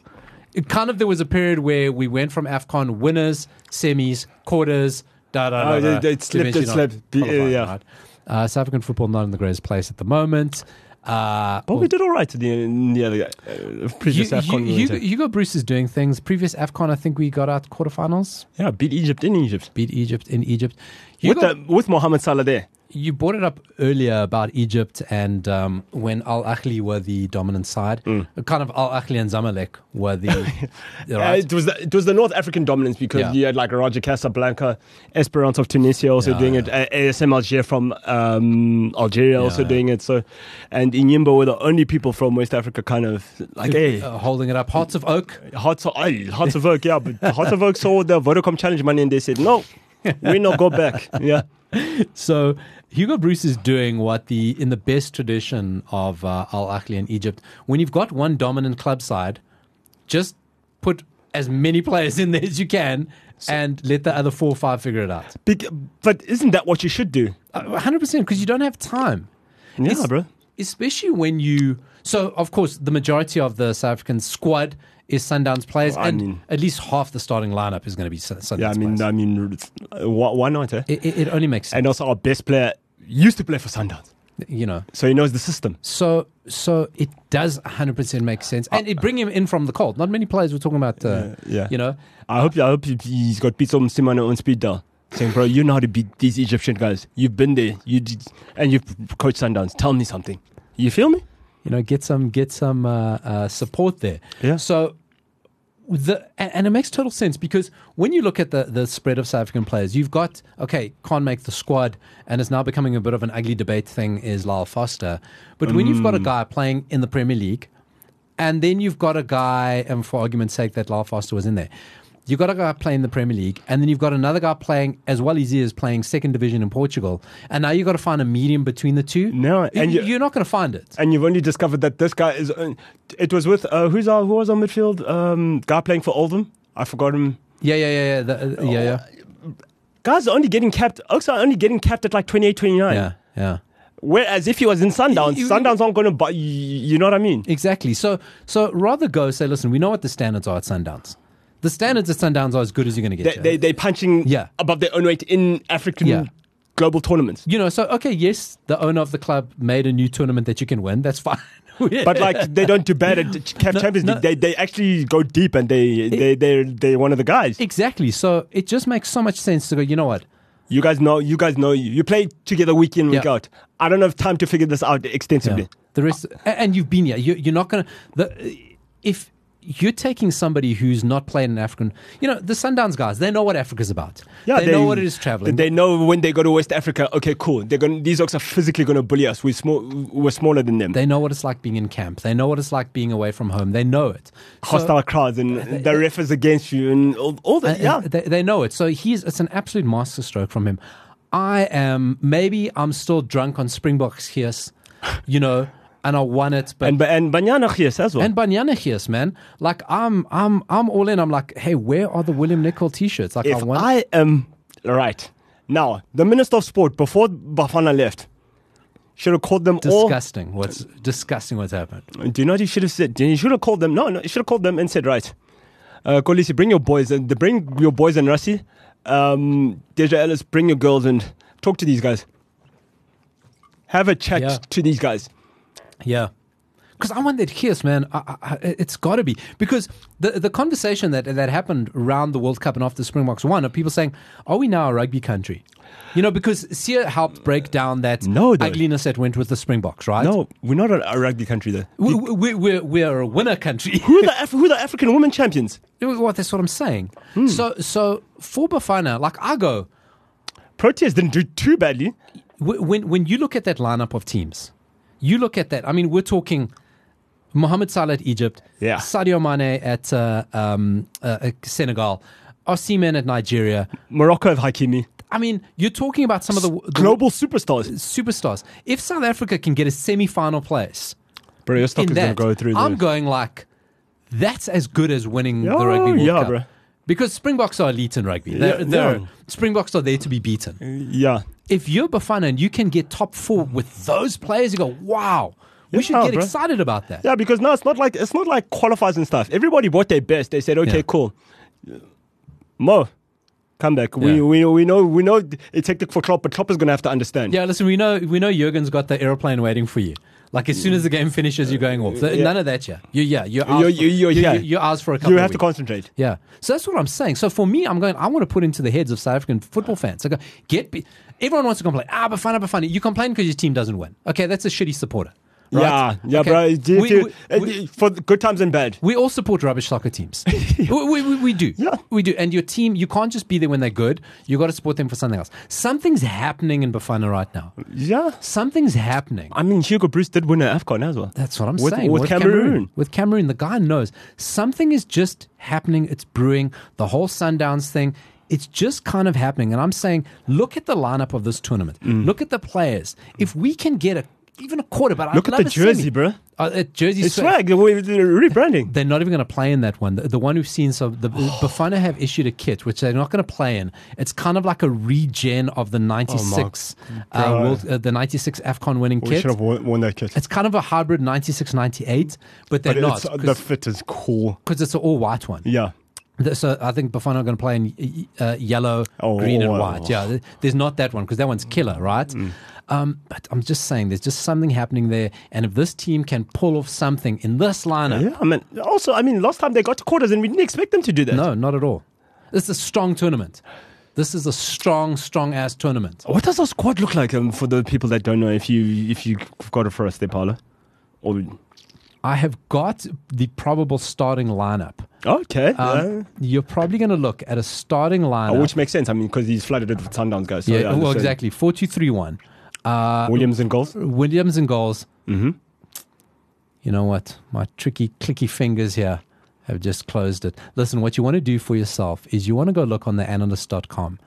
It kind of, there was a period where we went from AFCON winners, semis, quarters, da da da.
Oh,
da,
it- it slipped,
eventually
it
not
slipped. Be- uh,
qualifying,
yeah.
right? Uh, South African football not in the greatest place at the moment. Uh,
But we did all right to the, in the other uh, previous
you, you,
AFCON. we
Hugo,
went to.
Hugo Bruce is doing things. Previous AFCON, I think we got out quarterfinals,
yeah, beat Egypt in Egypt.
beat Egypt in Egypt.
With,
Hugo,
the, with Mohamed Salah there.
you brought it up earlier about Egypt and um, when Al Ahly were the dominant side,
Mm.
kind of Al Ahly and Zamalek were
<laughs>
the.
Uh,
right?
it, was the, it was the North African dominance because
Yeah.
you had like Roger Casablanca, Esperance of Tunisia also
Yeah,
doing it, uh, ASM Alger from um, Algeria also
yeah.
doing it. So, and Inyimba were the only people from West Africa kind of like, hey,
Uh, holding it up. Hearts of Oak.
Hearts of, aye, Hearts of Oak, yeah, but Hearts of Oak saw the Vodacom challenge money and they said, no, we not
<laughs>
go back. Yeah.
So Hugo Bruce is doing what the in the best tradition of uh, Al Ahly in Egypt. When you've got one dominant club side, just put as many <laughs> players in there as you can, and let the other four or five figure it out. Uh,
Bec- But isn't that what you should do?
hundred percent, because you don't have time.
Yeah,
It's-
bro.
Especially when you, so of course, the majority of the South African squad is Sundowns players,
I
and
mean-
at least half the starting lineup is going to be Sun- Sundowns
Yeah, I mean,
players.
I mean, uh, why why not? Eh?
It, it- it only makes sense.
And also, our best player used to play for Sundowns.
you know.
So he knows the system.
So so it does 100% make sense. And it bring him in from the cold. Not many players were talking about, uh,
Yeah, yeah.
you know.
I hope I hope he- he's got Pizzo Msimane on speed dial. Saying, bro, you know how to beat these Egyptian guys. You've been there. You did, and you've coached Sundowns. Tell me something. You feel me?
you know, get some get some uh, uh, support there.
Yeah.
So the and, and it makes total sense because when you look at the the spread of South African players, you've got okay, can't make the squad, and it's now becoming a bit of an ugly debate thing is Lyle Foster, but when you've
Mm.
got a guy playing in the Premier League, and then you've got a guy, and for argument's sake, that Lyle Foster was in there. You've got a guy playing the Premier League, and then you've got another guy playing as well as he is playing second division in Portugal, and now you've got to find a medium between the two.
No, and
and you,
you-
you're not going to find it.
And you've only discovered that this guy is. Uh, it was with uh, who's our who was our midfield um, guy playing for Oldham. I forgot him.
Yeah, yeah, yeah, yeah, the, uh, yeah, yeah,
Oh, Guys are only getting capped. Oaks are only getting capped at like 28, 29.
yeah, yeah.
Whereas if he was in Sundowns,
You-
Sundowns aren't going to buy. You know what I mean?
Exactly. So, so rather go say, listen, we know what the standards are at Sundowns. The standards at Sundowns are as good as you're going to get.
They,
Joe.
they they punching
Yeah.
above their own weight in African
Yeah.
global tournaments.
you know, so okay, yes, the owner of the club made a new tournament that you can win. That's <laughs> fine. <laughs>
But like they don't do bad at the Ch- CAF
No,
Champions
no.
League. They they actually go deep and they they they they're one of the guys.
exactly. So it just makes so much sense to go. You know what?
You guys know. You guys know. You, you play together week in week
Yeah.
out. I don't have time to figure this out
Yeah.
extensively.
The rest,
Uh,
a- and you've been here. You, you're not going to. If you're taking somebody who's not playing an African, you know, the Sundowns guys, they know what Africa's about. they, know what it is traveling.
They know when they go to West Africa. Okay, cool. They're going. to These oaks are physically going to bully us. We're small. We're smaller than them.
They know what it's like being in camp. They know what it's like being away from home. They know it. So-
Hostile crowds and
<laughs>
the ref is against you and all, all that.
and-
Yeah.
and They, they know it. So he's it's an absolute masterstroke from him. I am maybe I'm still drunk on Springboks Hears, you know, and I won it, but
And and Banyana yes as well.
and Banyana Hears, man. Like I'm I'm I'm all in. I'm like, hey, where are the William Nicol t shirts? Like I
if
want
I am right now, the minister of sport before Bafana left should have called them
disgusting what's disgusting what's happened.
all. Do you know what he should have said? He should have called them. No, no, he should have called them and said, right, uh, Kolisi, bring your boys and bring your boys and Rasi, um, Deja Ellis, bring your girls and talk to these guys. Have a chat
Yeah.
to these guys.
Yeah. Because I want that kiss, man. I, I, I- it's got to be because the the conversation that that happened around the World Cup and after the Springboks won are people saying, "Are we now a rugby country?" You know, because Sia helped break down that
No, though.
ugliness that went with the Springboks, right?
No, we're not a, a rugby country though.
we, we, we're we're a winner country. <laughs>
Who are the Af- who are the African women champions?
what that's what I'm saying.
Hmm.
So so for Bafana, like I go
Proteas didn't do too badly.
wh- when when you look at that lineup of teams, you look at that. I mean, we're talking Mohamed Salah at Egypt,
Yeah.
Sadio Mane at uh, um, uh, uh, Senegal, Osimhen at Nigeria.
Morocco have Hakimi,
I mean, you're talking about some of the, the
global superstars.
superstars. If South Africa can get a semi-final place
Bro, your stock
in
is going
that,
to go through.
I'm
the-
going like that's as good as winning
Yeah,
the Rugby World
yeah,
Cup.
bro.
Because Springboks are elite in rugby. They're,
Yeah,
they're-
yeah.
Springboks are there to be beaten.
Yeah.
if you're Bafana and you can get top four with those players, you go, wow, we
Yeah,
should get
bro.
excited about that.
Yeah, because now it's not like it's not like qualifiers and stuff. Everybody bought their best. They said, okay,
Yeah.
cool. Mo, come back. We,
Yeah.
we we know we know it's hectic for Klopp, but Klopp is gonna have to understand.
Yeah, listen, we know we know Jurgen's got the airplane waiting for you. Like as soon as the game finishes, you're going off.
Yeah.
None of that, yeah. You yeah, you're out
You're-
for,
you're- you're here.
you're out for a couple.
you
of
have to
weeks.
concentrate.
Yeah. So that's what I'm saying. So for me, I'm going, I want to put into the heads of South African football fans. I go, get, be- everyone wants to complain. Ah, Bafana, Bafana. You complain because your team doesn't win. Okay, that's a shitty supporter.
Yeah,
Right?
yeah,
Okay.
bro. Do you-
We-
do you-
we-
uh,
we-
for the good times and bad.
we all support rubbish soccer
<laughs>
teams. we, we, we, we do.
Yeah.
We do. And your team, you can't just be there when they're good. you got to support them for something else. Something's happening in Bafana right now.
Yeah.
Something's happening.
I mean, Hugo Bruce did win an AFCON as well.
That's what I'm
With-
saying.
With, Cameroon.
With Cameroon, the guy knows. Something is just happening. It's brewing. The whole Sundowns thing. It's just kind of happening. And I'm saying, look at the lineup of this tournament.
Mm.
Look at the players. If we can get a even a quarter, but
Look
I'd
at the
love a semi.
jersey, bro.
Uh, uh, jersey
It's
swag.
swag. They're rebranding.
They're not even going to play in that one. The, the one we've seen, so the
Oh.
Bafana have issued a kit which they're not going to play in. It's kind of like a regen of
Oh
the '96, uh,
God.
World, uh, the '96 Afcon winning
We
kit.
should have won, won that kit.
It's kind of a hybrid '96 '98, but they're
But
not
it's, uh, the
because
fit is cool.
it's, an all white one.
Yeah.
Th- So I think Bafana are going to play in y- y- uh, yellow,
Oh,
green, and
oh,
white.
oh.
Yeah, th- there's not that one because that one's killer, right?
Mm.
Um, but I'm just saying, there's just something happening there, and if this team can pull off something in this lineup,
Yeah, I mean, also, I mean, last time they got to quarters and we didn't expect them to do that.
no, not at all. This is a strong tournament. This is a strong, strong ass tournament.
What does our squad look like um, for the people that don't know? If you if you got it for us, there, Paolo. Or
I have got the probable starting lineup.
okay,
Um, You're probably going to look at a starting
Uh,
lineup.
which makes sense. I mean, because he's flooded it with Sundowns guys. So
yeah,
I
well,
understand.
exactly. 4 2 3 1. Uh,
Williams and goals.
Williams and goals.
Mm-hmm.
You know what? My tricky, clicky fingers here have just closed it. Listen, what you want to do for yourself is you want to go look on the analyst.com.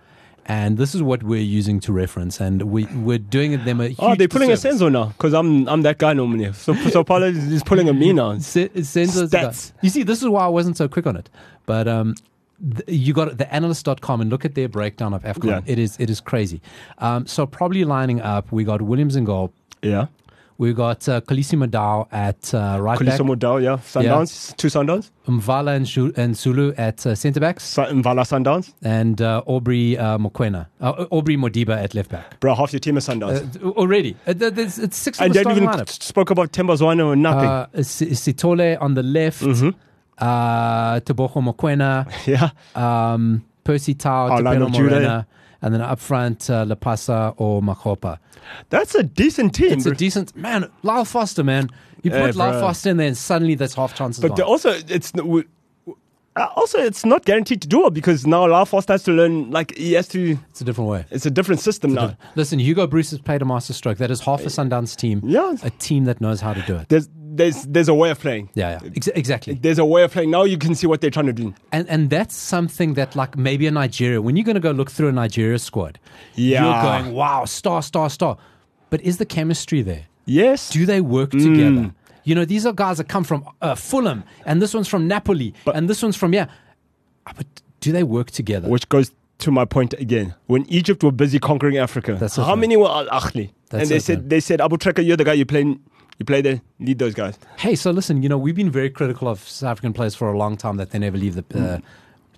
And this is what we're using to reference. And we, we're doing them a huge
Oh, they're pulling a
disservice.
Senzo now because I'm I'm that guy normally. So so Paolo is is pulling a me now.
Se- it sends us
Stats.
the- you see, this is why I wasn't so quick on it. But um, th- you got the analyst.com and look at their breakdown of AFCON.
Yeah.
It is it is crazy. Um, so probably lining up, we got Williams in goal.
Yeah,
We got uh, Kalisi Madao at uh, right
Kuliso
back,
Modal. Yeah, Sundowns. Two Sundowns.
Mvala and, Shu- and Sulu at uh, centre backs,
Sun- Mvala Sundowns.
and uh, Aubrey uh, Mokwena, uh, Aubrey Modiba at left back.
Bro, half your team is Sundowns.
Uh, already, uh, th- there's- it's six of the
and they haven't
starting
even
lineup.
t- spoke about Tembazwana or nothing. Mm-hmm.
Uh, S- Sitole on the left, uh, Tebogo Mokwena,
yeah.
um, Percy Tau,
Oh, Lionel
Tepeno
Judah.
Morena, and then up front, uh, Lapasa or Makopa.
That's a decent team.
It's a decent man. Lyle Foster, man. You
Hey,
put Lyle
bro.
Foster in there, and suddenly that's half chances.
but
gone.
the- also, it's n- w- uh, also it's not guaranteed to do well because now Lau Foster has to learn. Like he has to.
it's a different way.
It's a different system now.
Listen, Hugo Bruce has played a master stroke. That is half a Sundance team.
Yeah.
a team that knows how to do it.
There's there's there's a way of playing.
Yeah, yeah, Ex- exactly.
There's a way of playing. Now you can see what they're trying to do.
And and that's something that like maybe a Nigeria. When you're going to go look through a Nigeria squad,
Yeah.
you're going wow, star, star, star. But is the chemistry there?
Yes.
do they work together? You know, these are guys that come from uh, Fulham, and this one's from Napoli, and this one's from yeah. Ah, But do they work together?
Which goes to my point again. When Egypt were busy conquering Africa,
That's it,
how
man.
many were Al Ahly?
That's
and they
it,
said
man.
they said Abu Treka, you're the guy you play you play there, lead those guys.
Hey, so listen, you know, we've been very critical of South African players for a long time that they never leave the uh,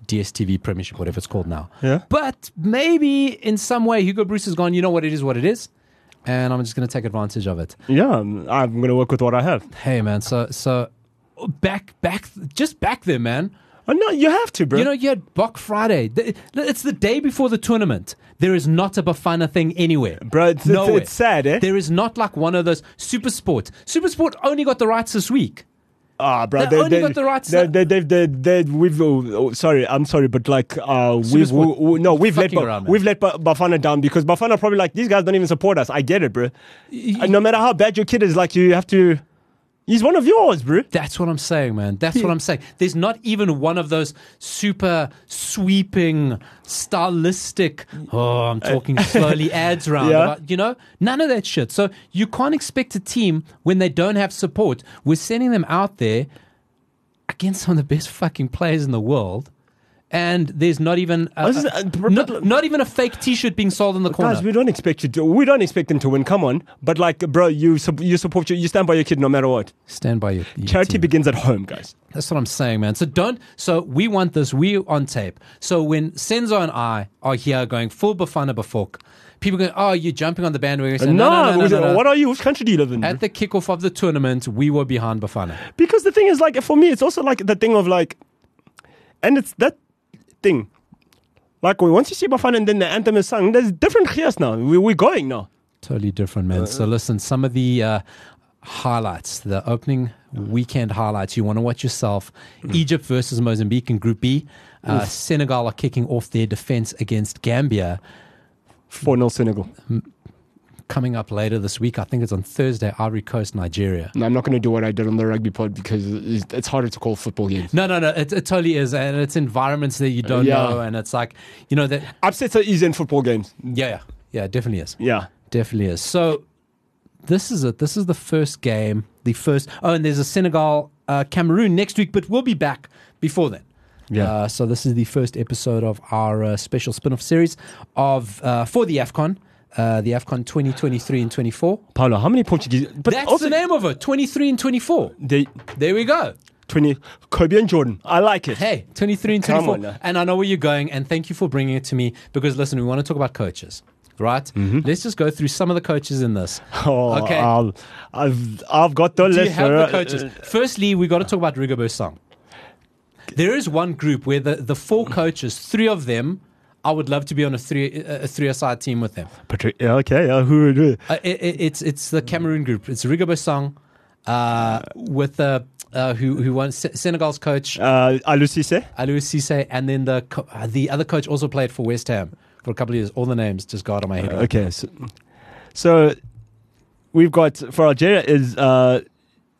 DSTV Premiership, whatever it's called now.
Yeah.
But maybe in some way, Hugo Bruce has gone. You know what it is, what it is, and I'm just going to take advantage of it.
Yeah, I'm going to work with what I have.
Hey, man. So so back back just back there, man.
Oh, no, you have to, bro.
You know, you had Bok Friday. Th- It's the day before the tournament. There is not a Bafana thing anywhere.
Bro, it's- it's-
Nowhere.
it's sad, eh?
There is not like one of those Super Sport. Super Sport only got the rights this week.
ah, bro,
They only got the rights
They,
to-
they, they, they, they, we've, oh, oh, sorry, I'm sorry, but like, uh, we've, we,
Supersport.
we, no, we've let,
Fucking
Ba-
around, man.
we've let ba- Bafana down because Bafana probably like these guys don't even support us. I get it, bro. Uh, no matter how bad your kid is, like you have to, he's one of yours, bro.
That's what I'm saying, man. That's what I'm saying. There's not even one of those super sweeping, stylistic, oh, I'm
<laughs>
talking slowly ads round.
Yeah.
About, you know, none of that shit. So you can't expect a team when they don't have support. We're sending them out there against some of the best fucking players in the world. And there's not even a,
was just-
a-
uh,
not, not even a fake T-shirt being sold in the corner.
Guys, we don't expect you to. We don't expect them to win. Come on, but like, bro, you sup- you support your, you stand by your kid no matter what.
Stand by your, your
Charity
team.
begins at home, guys.
That's what I'm saying, man. So don't. So we want this. We on tape. So when Senzo and I are here going full Bafana Bafok, people go, "Oh, you're jumping on the bandwagon." We say, no, no, no,
we-
no, no, no.
what are you? Which country do you live in?
At the kickoff of the tournament, we were behind Bafana.
because the thing is, like, for me, it's also like the thing of like, and it's that thing. Like, we- once you see Bafana and then the anthem is sung, there's different chias now. We, we're going now.
Totally different, man. So listen, some of the uh, highlights, the opening weekend highlights, you want to watch yourself. Egypt versus Mozambique in Group B. Uh, Senegal are kicking off their defense against Gambia.
4 0 Senegal.
Coming up later this week, I think it's on Thursday, Ivory Coast, Nigeria.
No, I'm not going to do what I did on the rugby pod because it's, it's harder to call football games.
No, no, no. It, it totally is, and it's environments that you don't
Yeah.
know, and it's like you know that.
Upsets are easy in football games.
Yeah, yeah, yeah. it Definitely is.
Yeah.
Definitely is. So this is it. This is the first game. The first. Oh, and there's a Senegal uh, Cameroon next week, but we'll be back before then.
Yeah.
Uh, so this is the first episode of our uh, special spin-off series of uh, for the Afcon, uh, the Afcon 2023 and 24.
Paolo, how many Portuguese? But
That's the name of it. 23 and 24.
They,
There we go.
20. Kobe and Jordan. I like it.
Hey, 23 and
Come
24.
on now.
and I know where you're going, and thank you for bringing it to me because listen, we want to talk about coaches, right?
Mm-hmm.
Let's just go through some of the coaches in
<laughs>
this.
Oh,
okay.
I'll, I've, I've got the
Do
list.
you have the
uh,
coaches?
uh,
Firstly, we got to talk about Rigobert Song. There is one group where the, the four coaches, three of them, I would love to be on a three a three side team with them.
Patri- yeah, okay, yeah, who would do it?
Uh, it, it, it's it's the Cameroon group. It's Rigobert Song uh, with uh, uh, who who won Se- Senegal's coach
Uh, Alou Cissé?
Alou Cisse, and then the co- uh, the other coach also played for West Ham for a couple of years. All the names just go out of my head.
<laughs> Uh, Okay, so, so we've got for Algeria is uh,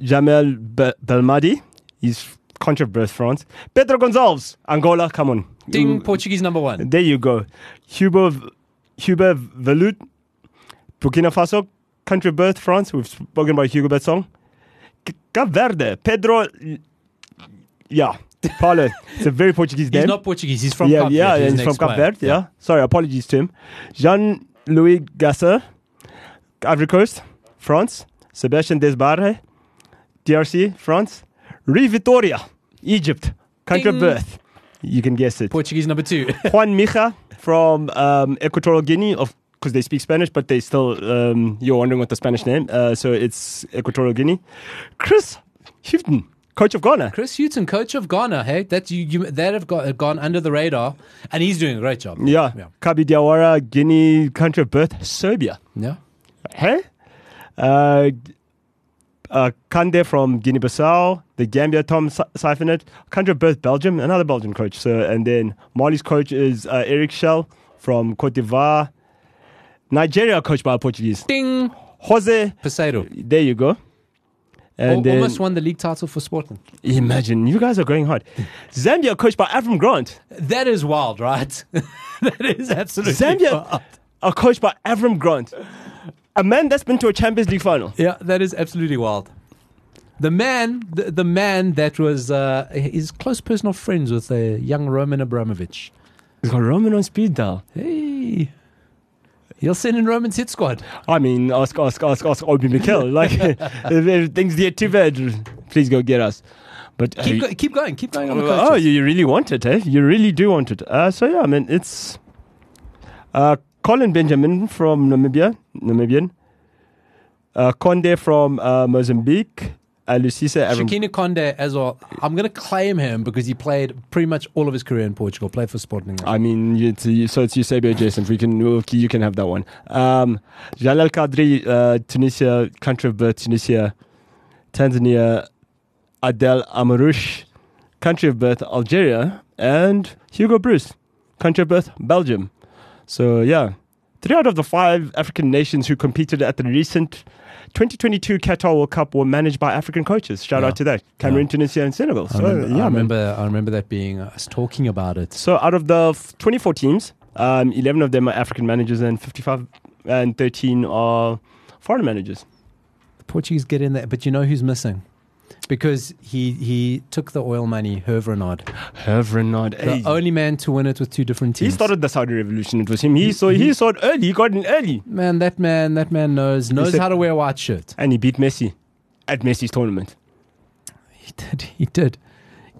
Jamel Be- Belmadi. He's country of birth France. Pedro Gonzalez, Angola. Come on,
Ding,
Mm,
Portuguese number one.
there you go. Hugo V- Hugo Velut, Burkina Faso, country of birth France. We've spoken about Hugo Betsong. C- Cape Verde, Pedro. Yeah, Paulo. it's a very Portuguese
He's
name
not Portuguese. He's from
yeah,
Cape
yeah,
Verde. an
he's from Cap
ex-player.
Verde. Yeah. sorry, apologies to him. Jean Louis Gasser, Ivory Coast, France. Sebastian Desbarre, DRC, France. Rui Vitoria, Egypt, country
Ding.
of birth. You can guess it.
Portuguese number two.
<laughs> Juan Mija from um, Equatorial Guinea, of because they speak Spanish, but they still um, you're wondering what the Spanish name. Uh, so it's Equatorial Guinea. Chris Houghton, coach of Ghana.
Chris Hutton, coach of Ghana. Hey, that you, you that have got, gone under the radar, and he's doing a great job.
Yeah.
Yeah.
Kabi Diawara, Guinea, country of birth, Serbia.
Yeah.
Hey? Uh, uh, Kande from Guinea Bissau, the Gambia, Tom Sy- Syphonet, country of birth, Belgium, another Belgian coach. So, and then Mali's coach is uh, Eric Schell from Cote d'Ivoire. Nigeria, coached by a Portuguese.
Ding,
Jose,
Pesado.
there you go. And
Al-
then,
almost won the league title for Sporting.
imagine, you guys are going hard. Zambia, coached by Avram Grant.
That is wild, right? <laughs> that is absolutely
Zambia are Uh, coached by Avram Grant. A man that's been to a Champions League final.
Yeah, that is absolutely wild. The man, the, the man that was uh, his close personal friends with a young Roman Abramovich.
He's got Roman on speed dial.
Hey, he'll send in Roman's hit squad.
I mean, ask, ask, ask, ask Obi
<laughs>
Mikel. Like, if, if things get too bad, please go get us. But uh,
Keep, go- keep going, keep going on the
oh,
coaches.
you, you really want it, eh? You really do want it. Uh, so yeah, I mean, it's uh, Colin Benjamin from Namibia, Namibian. Uh, Conde from uh, Mozambique. Uh, Lucisa Aram-
Shakina Conde as well. I'm going to claim him because he played pretty much all of his career in Portugal. Played for Sporting.
I mean, it's, so it's Eusebio adjacent. We can, we'll- you can have that one. Um, Jalal Kadri, uh, Tunisia, country of birth, Tunisia, Tanzania, Adel Amarouche, country of birth, Algeria, and Hugo Bruce, country of birth, Belgium. So, yeah, three out of the five African nations who competed at the recent 2022 Qatar World Cup were managed by African coaches. Shout
Yeah.
out to that. Cameroon, Tunisia, and Senegal.
I
So,
remember,
yeah,
I,
man.
remember I remember that being us talking about it.
So out of the f- 24 teams, um, 11 of them are African managers and 55 and 13 are foreign managers.
The Portuguese get in there, but you know who's missing? Because he he took the oil money, Herve Renard.
Herve Renard.
The only man to win it with two different
He
teams.
started the Saudi revolution. It was him. He saw he saw it early. He got in early,
Man, that man, that man knows knows
said-
how to wear a white
<laughs>
shirt.
and he beat Messi at Messi's tournament.
He did, he did.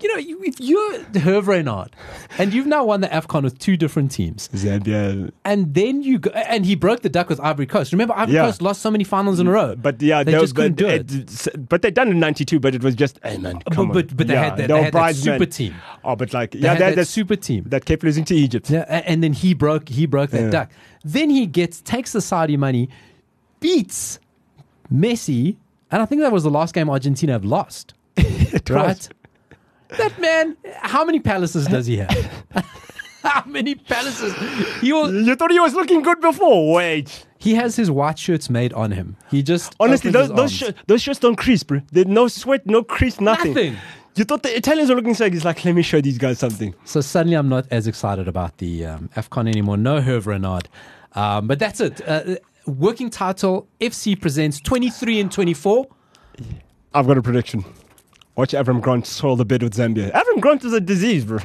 You know, you, if you're Herve Renard, and you've now won the Afcon with two different teams,
Zambia.
and then you go, and he broke the duck with Ivory Coast. Remember, Ivory
Yeah.
Coast lost so many finals in a row,
But yeah,
they
no,
just couldn't
but,
do it.
it- But they done in '92. But it was just, hey man,
But-
come on.
but- but they
Yeah,
had that-
were
they had that
bridesmen.
super team.
Oh, but like,
They
yeah,
had
they
that,
had that super
super team.
that kept losing to Egypt.
Yeah, a- and then he broke he broke that
Yeah.
duck. Then he gets takes the Saudi money, beats Messi, and I think that was the last game Argentina have lost. right? That man, how many palaces does he
<laughs>
have? how many palaces? He will,
<laughs> You thought he was looking good before? Wait.
he has his white shirts made on him. He just
Honestly,
opens
those
his
those,
arms.
sh- those shirts don't crease, bro. There's no sweat, no crease, nothing.
Nothing.
You thought the Italians were looking sick. It's like, let me show these guys something.
So suddenly, I'm not as excited about the um, Afcon anymore. No Herve Renard, um, but that's it. Uh, working title FC presents 23 and 24.
I've got a prediction. Watch Avram Grant soil the bed with Zambia. Avram Grant is a disease, bro.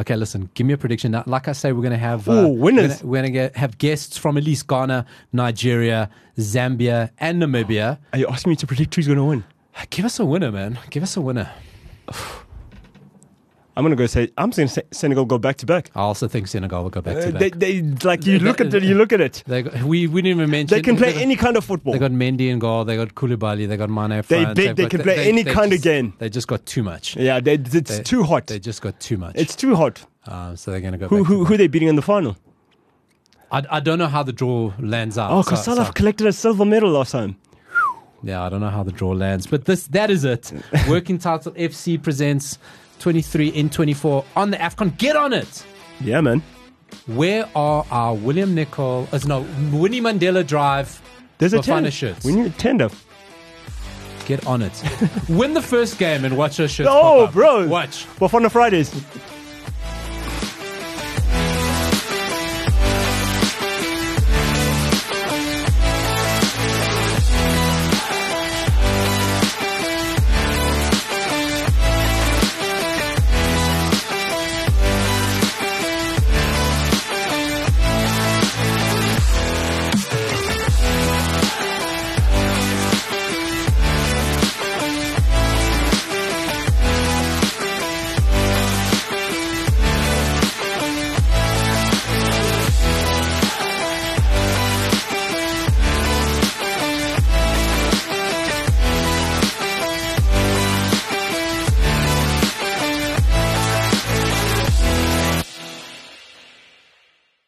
Okay, listen. Give me a prediction. Now, like I say, we're going to have uh,
Ooh,
we're
winners.
gonna- We're going to have guests from at least Ghana, Nigeria, Zambia, and Namibia.
Are you asking me to predict who's going to win?
Give us a winner, man. Give us a winner.
I'm gonna go say I'm saying Se- Senegal go back to back.
I also think Senegal will go back
Uh,
to
They,
back.
they like you look at it, you look at it.
They got, we, we didn't even mention
They can play
got-
any kind of football.
They got Mendy in goal. They got Koulibaly. They got Mane. up
They
front,
big,
they've
they
got-
can play any kind of
just-
game.
They just got too much.
Yeah, they, it's
They-
too hot.
They just got too much.
It's too hot.
Um, so they're going to go.
Who
back to
who who they beating in the final?
I, I don't know how the draw lands out.
Oh, because
So-
South Africa collected a silver medal last time.
so- yeah, I don't know how the draw lands, but this that is
<laughs>
it. Working title FC presents 23 in 24 on the Afcon. Get on it.
Yeah, man.
Where are our William Nicol? Uh, no, Winnie Mandela Drive.
There's a
Bafana
tender.
shirts.
We need a tender.
Get on it. Win the first game and watch our shirts.
Oh,
pop up.
bro.
Watch.
Bafana Fridays.